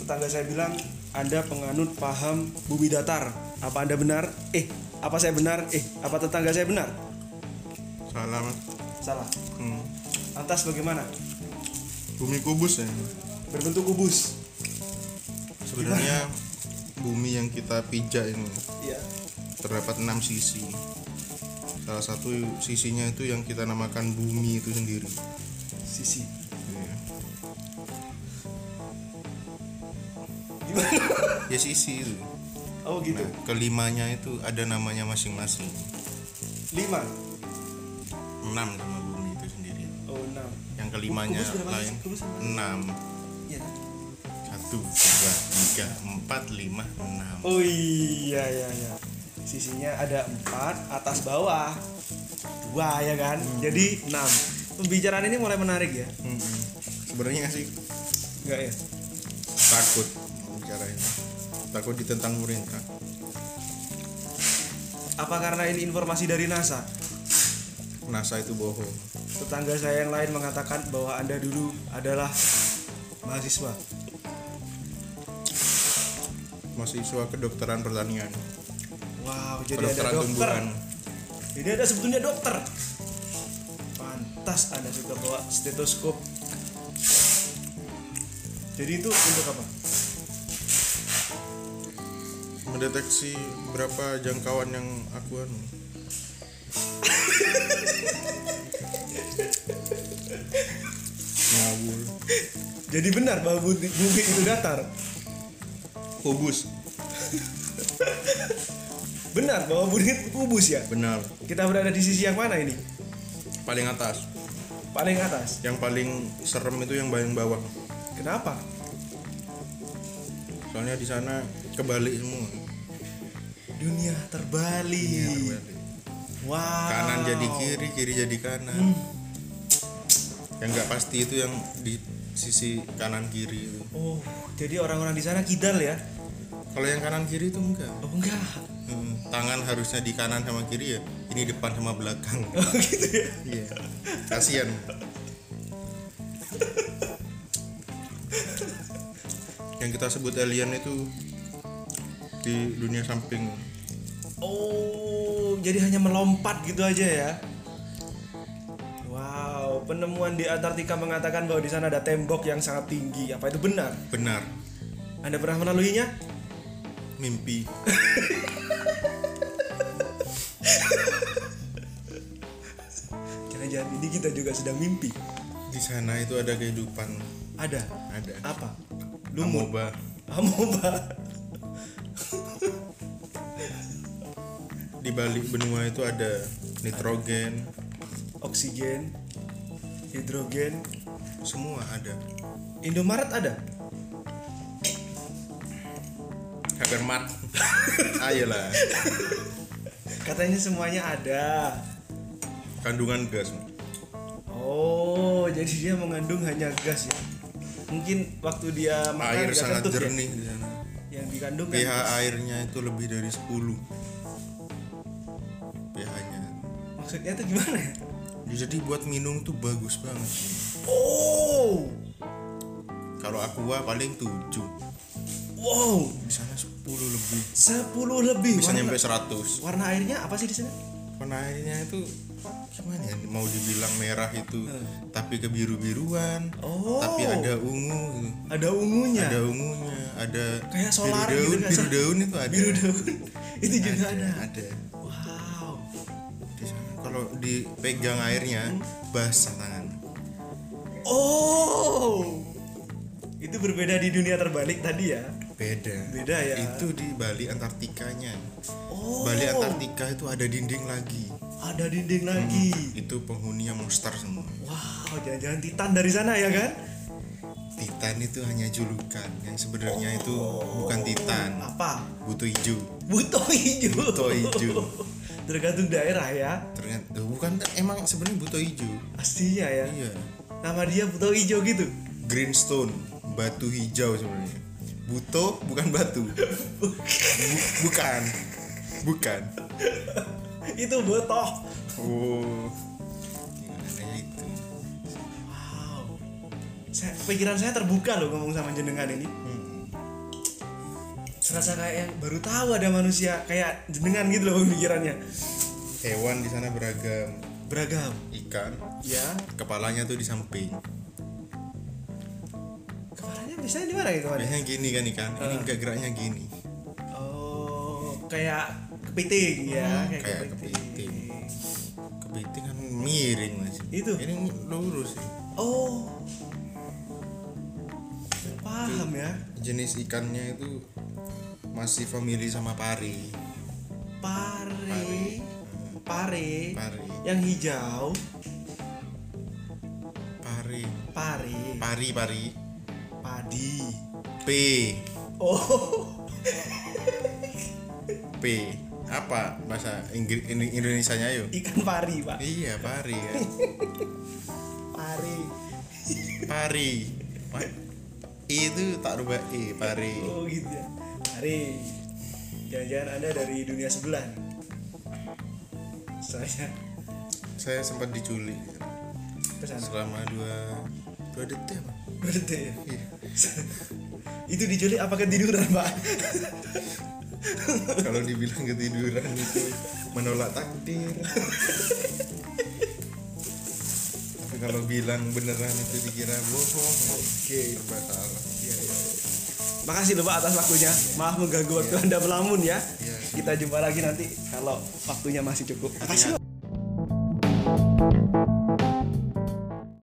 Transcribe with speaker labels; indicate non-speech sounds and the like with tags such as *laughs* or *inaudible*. Speaker 1: tetangga saya bilang Anda penganut paham bumi datar. Apa Anda benar? Eh, apa saya benar? Eh, apa tetangga saya benar?
Speaker 2: Salah. Mas.
Speaker 1: Salah.
Speaker 2: Hmm.
Speaker 1: Lantas bagaimana?
Speaker 2: Bumi kubus ya.
Speaker 1: Berbentuk kubus.
Speaker 2: Sebenarnya bumi yang kita pijak ini
Speaker 1: Iya.
Speaker 2: terdapat enam sisi. Salah satu sisinya itu yang kita namakan bumi itu sendiri.
Speaker 1: Sisi.
Speaker 2: Iya.
Speaker 1: Gimana?
Speaker 2: Ya sisi itu.
Speaker 1: Oh gitu.
Speaker 2: Nah, kelimanya itu ada namanya masing-masing.
Speaker 1: Lima.
Speaker 2: Enam sama bumi itu sendiri.
Speaker 1: Oh enam.
Speaker 2: Yang kelimanya
Speaker 1: Kubus berapa sih?
Speaker 2: lain
Speaker 1: Kubus berapa?
Speaker 2: enam.
Speaker 1: Iya.
Speaker 2: Satu, dua, tiga, empat, lima, enam.
Speaker 1: Oh iya iya iya. Sisinya ada empat atas bawah. Dua ya kan. Jadi enam. Pembicaraan ini mulai menarik ya.
Speaker 2: Mm-mm. Hmm, Sebenarnya sih
Speaker 1: Enggak ya?
Speaker 2: takut bicara ini. Takut ditentang pemerintah.
Speaker 1: Apa karena ini informasi dari NASA?
Speaker 2: NASA itu bohong.
Speaker 1: Tetangga saya yang lain mengatakan bahwa Anda dulu adalah mahasiswa.
Speaker 2: Mahasiswa kedokteran pertanian.
Speaker 1: Wow, jadi ada
Speaker 2: Kedokteran
Speaker 1: dokter.
Speaker 2: tumbuhan.
Speaker 1: Jadi ada sebetulnya dokter. Pantas Anda suka bawa stetoskop. Jadi itu untuk apa?
Speaker 2: Mendeteksi berapa jangkauan yang aku anu. Ngawur.
Speaker 1: Jadi benar bahwa bumi, bumi itu datar.
Speaker 2: Kubus.
Speaker 1: Benar bahwa bumi itu kubus ya.
Speaker 2: Benar.
Speaker 1: Kita berada di sisi yang mana ini?
Speaker 2: Paling atas.
Speaker 1: Paling atas.
Speaker 2: Yang paling serem itu yang paling bawah.
Speaker 1: Kenapa?
Speaker 2: Soalnya di sana kebalik semua.
Speaker 1: Dunia terbalik. Wow. Hmm.
Speaker 2: Kanan jadi kiri, kiri jadi kanan. Yang nggak pasti itu yang di sisi kanan kiri itu.
Speaker 1: Oh, jadi orang-orang di sana kidal ya?
Speaker 2: Kalau yang kanan kiri itu enggak.
Speaker 1: Oh enggak.
Speaker 2: Hmm, tangan harusnya di kanan sama kiri ya ini depan sama belakang
Speaker 1: *laughs* Oh gitu ya.
Speaker 2: *laughs* iya kasian yang kita sebut alien itu di dunia samping
Speaker 1: Oh, jadi hanya melompat gitu aja ya? Wow, penemuan di Antartika mengatakan bahwa di sana ada tembok yang sangat tinggi. Apa itu benar?
Speaker 2: benar
Speaker 1: Anda pernah melaluinya?
Speaker 2: mimpi
Speaker 1: Jangan-jangan ini kita juga sedang mimpi.
Speaker 2: di sana itu ada kehidupan
Speaker 1: Ada
Speaker 2: ada
Speaker 1: apa? Lumut.
Speaker 2: amoeba
Speaker 1: *laughs* Amoeba.
Speaker 2: di balik benua itu ada nitrogen
Speaker 1: Oksigen, hidrogen.
Speaker 2: semua ada
Speaker 1: Indomaret ada?
Speaker 2: *laughs* Habermat ayolah
Speaker 1: Katanya semuanya ada.
Speaker 2: kandungan gas
Speaker 1: Oh, jadi dia mengandung hanya gas ya. Mungkin waktu dia makan
Speaker 2: air
Speaker 1: nggak
Speaker 2: sangat
Speaker 1: kentut ya?
Speaker 2: jernih Iya, di sana
Speaker 1: Yang dikandung kan
Speaker 2: pH airnya itu lebih dari 10 pH-nya
Speaker 1: maksudnya itu gimana ya?
Speaker 2: jadi buat minum tuh bagus banget
Speaker 1: Oh,
Speaker 2: kalau aqua paling 7
Speaker 1: wow,
Speaker 2: di sana 10 lebih
Speaker 1: 10 lebih.
Speaker 2: bisa
Speaker 1: warna,
Speaker 2: nyampe 100
Speaker 1: warna airnya apa sih di sana?
Speaker 2: warna airnya itu gimana ya mau dibilang merah itu tapi kebiru-biruan
Speaker 1: Eh. Oh.
Speaker 2: tapi ada ungu gitu.
Speaker 1: Ada ungunya.
Speaker 2: ada ungunya ada
Speaker 1: Kayak solar
Speaker 2: biru
Speaker 1: gitu nggak sih?
Speaker 2: daun biru daun itu ada
Speaker 1: Biru daun. *laughs* itu juga ada.
Speaker 2: ada
Speaker 1: Wow.
Speaker 2: di sana kalau dipegang airnya basah tangan
Speaker 1: Oh. Itu berbeda di dunia terbalik tadi ya.
Speaker 2: beda
Speaker 1: Beda ya.
Speaker 2: itu di Bali Antartikanya
Speaker 1: Oh.
Speaker 2: Bali Antartika itu ada dinding lagi
Speaker 1: Ada dinding lagi.
Speaker 2: Hmm, itu penghuninya monster semua
Speaker 1: Wow, jangan-jangan Titan dari sana ya kan?
Speaker 2: Titan itu hanya julukan yang
Speaker 1: Oh.
Speaker 2: sebenarnya itu bukan Titan
Speaker 1: Apa?
Speaker 2: butuh hijau
Speaker 1: Buto hijau.
Speaker 2: Buto hijau.
Speaker 1: *laughs* Tergantung daerah ya.
Speaker 2: ternyata eh, bukan emang sebenarnya butuh hijau
Speaker 1: Pastinya ya.
Speaker 2: iya
Speaker 1: Nama dia Buto hijau gitu.
Speaker 2: greenstone batu hijau sebenarnya buto bukan
Speaker 1: *laughs*
Speaker 2: batu Bu- bukan bukan
Speaker 1: itu botoh.
Speaker 2: oh gimana ya itu
Speaker 1: Wow. Saya, pikiran saya terbuka loh ngomong sama jenengan ini.
Speaker 2: Hmm.
Speaker 1: serasa kayak yang baru tahu ada manusia kayak jenengan gitu loh pemikirannya
Speaker 2: Hewan di sana beragam.
Speaker 1: beragam
Speaker 2: Ikan,
Speaker 1: ya
Speaker 2: kepalanya tuh di samping.
Speaker 1: kemarinnya biasanya di mana gitu Wan?
Speaker 2: Biasanya gini kan ikan.
Speaker 1: Ah.
Speaker 2: Ini enggak geraknya gini.
Speaker 1: oh kayak kepiting ya kayak,
Speaker 2: Hmm, kayak kepiting. Kepiting kan miring mas.
Speaker 1: Itu.
Speaker 2: Ini lurus. sih.
Speaker 1: oh paham ya
Speaker 2: Jenis ikannya itu masih famili sama pari.
Speaker 1: pare pare
Speaker 2: Pari.
Speaker 1: yang hijau
Speaker 2: Pari.
Speaker 1: pare
Speaker 2: Pari pari.
Speaker 1: padi
Speaker 2: P.
Speaker 1: oh *laughs*
Speaker 2: P. Apa bahasa Inggris Indonesia nya yuk?
Speaker 1: ikan pari pak
Speaker 2: Iya pari ya.
Speaker 1: pare
Speaker 2: Pari. Pa- I itu tak rubah I pari.
Speaker 1: oh gitu ya pare jangan-jangan anda dari dunia sebelah nih. saya
Speaker 2: Saya sempat diculik
Speaker 1: kesana
Speaker 2: selama dua dua detik apa?
Speaker 1: berarti ya?
Speaker 2: Iya.
Speaker 1: itu diculik apa ketiduran pak
Speaker 2: Kalau dibilang ketiduran itu menolak takdir. Tapi kalau bilang beneran itu dikira bohong. Oke, batal.
Speaker 1: Iya, iya. Makasih loh Pak atas waktunya. Maaf mengganggu waktu Anda melamun ya.
Speaker 2: Iya.
Speaker 1: Kita jumpa lagi nanti kalau waktunya masih cukup. Makasih. Pak.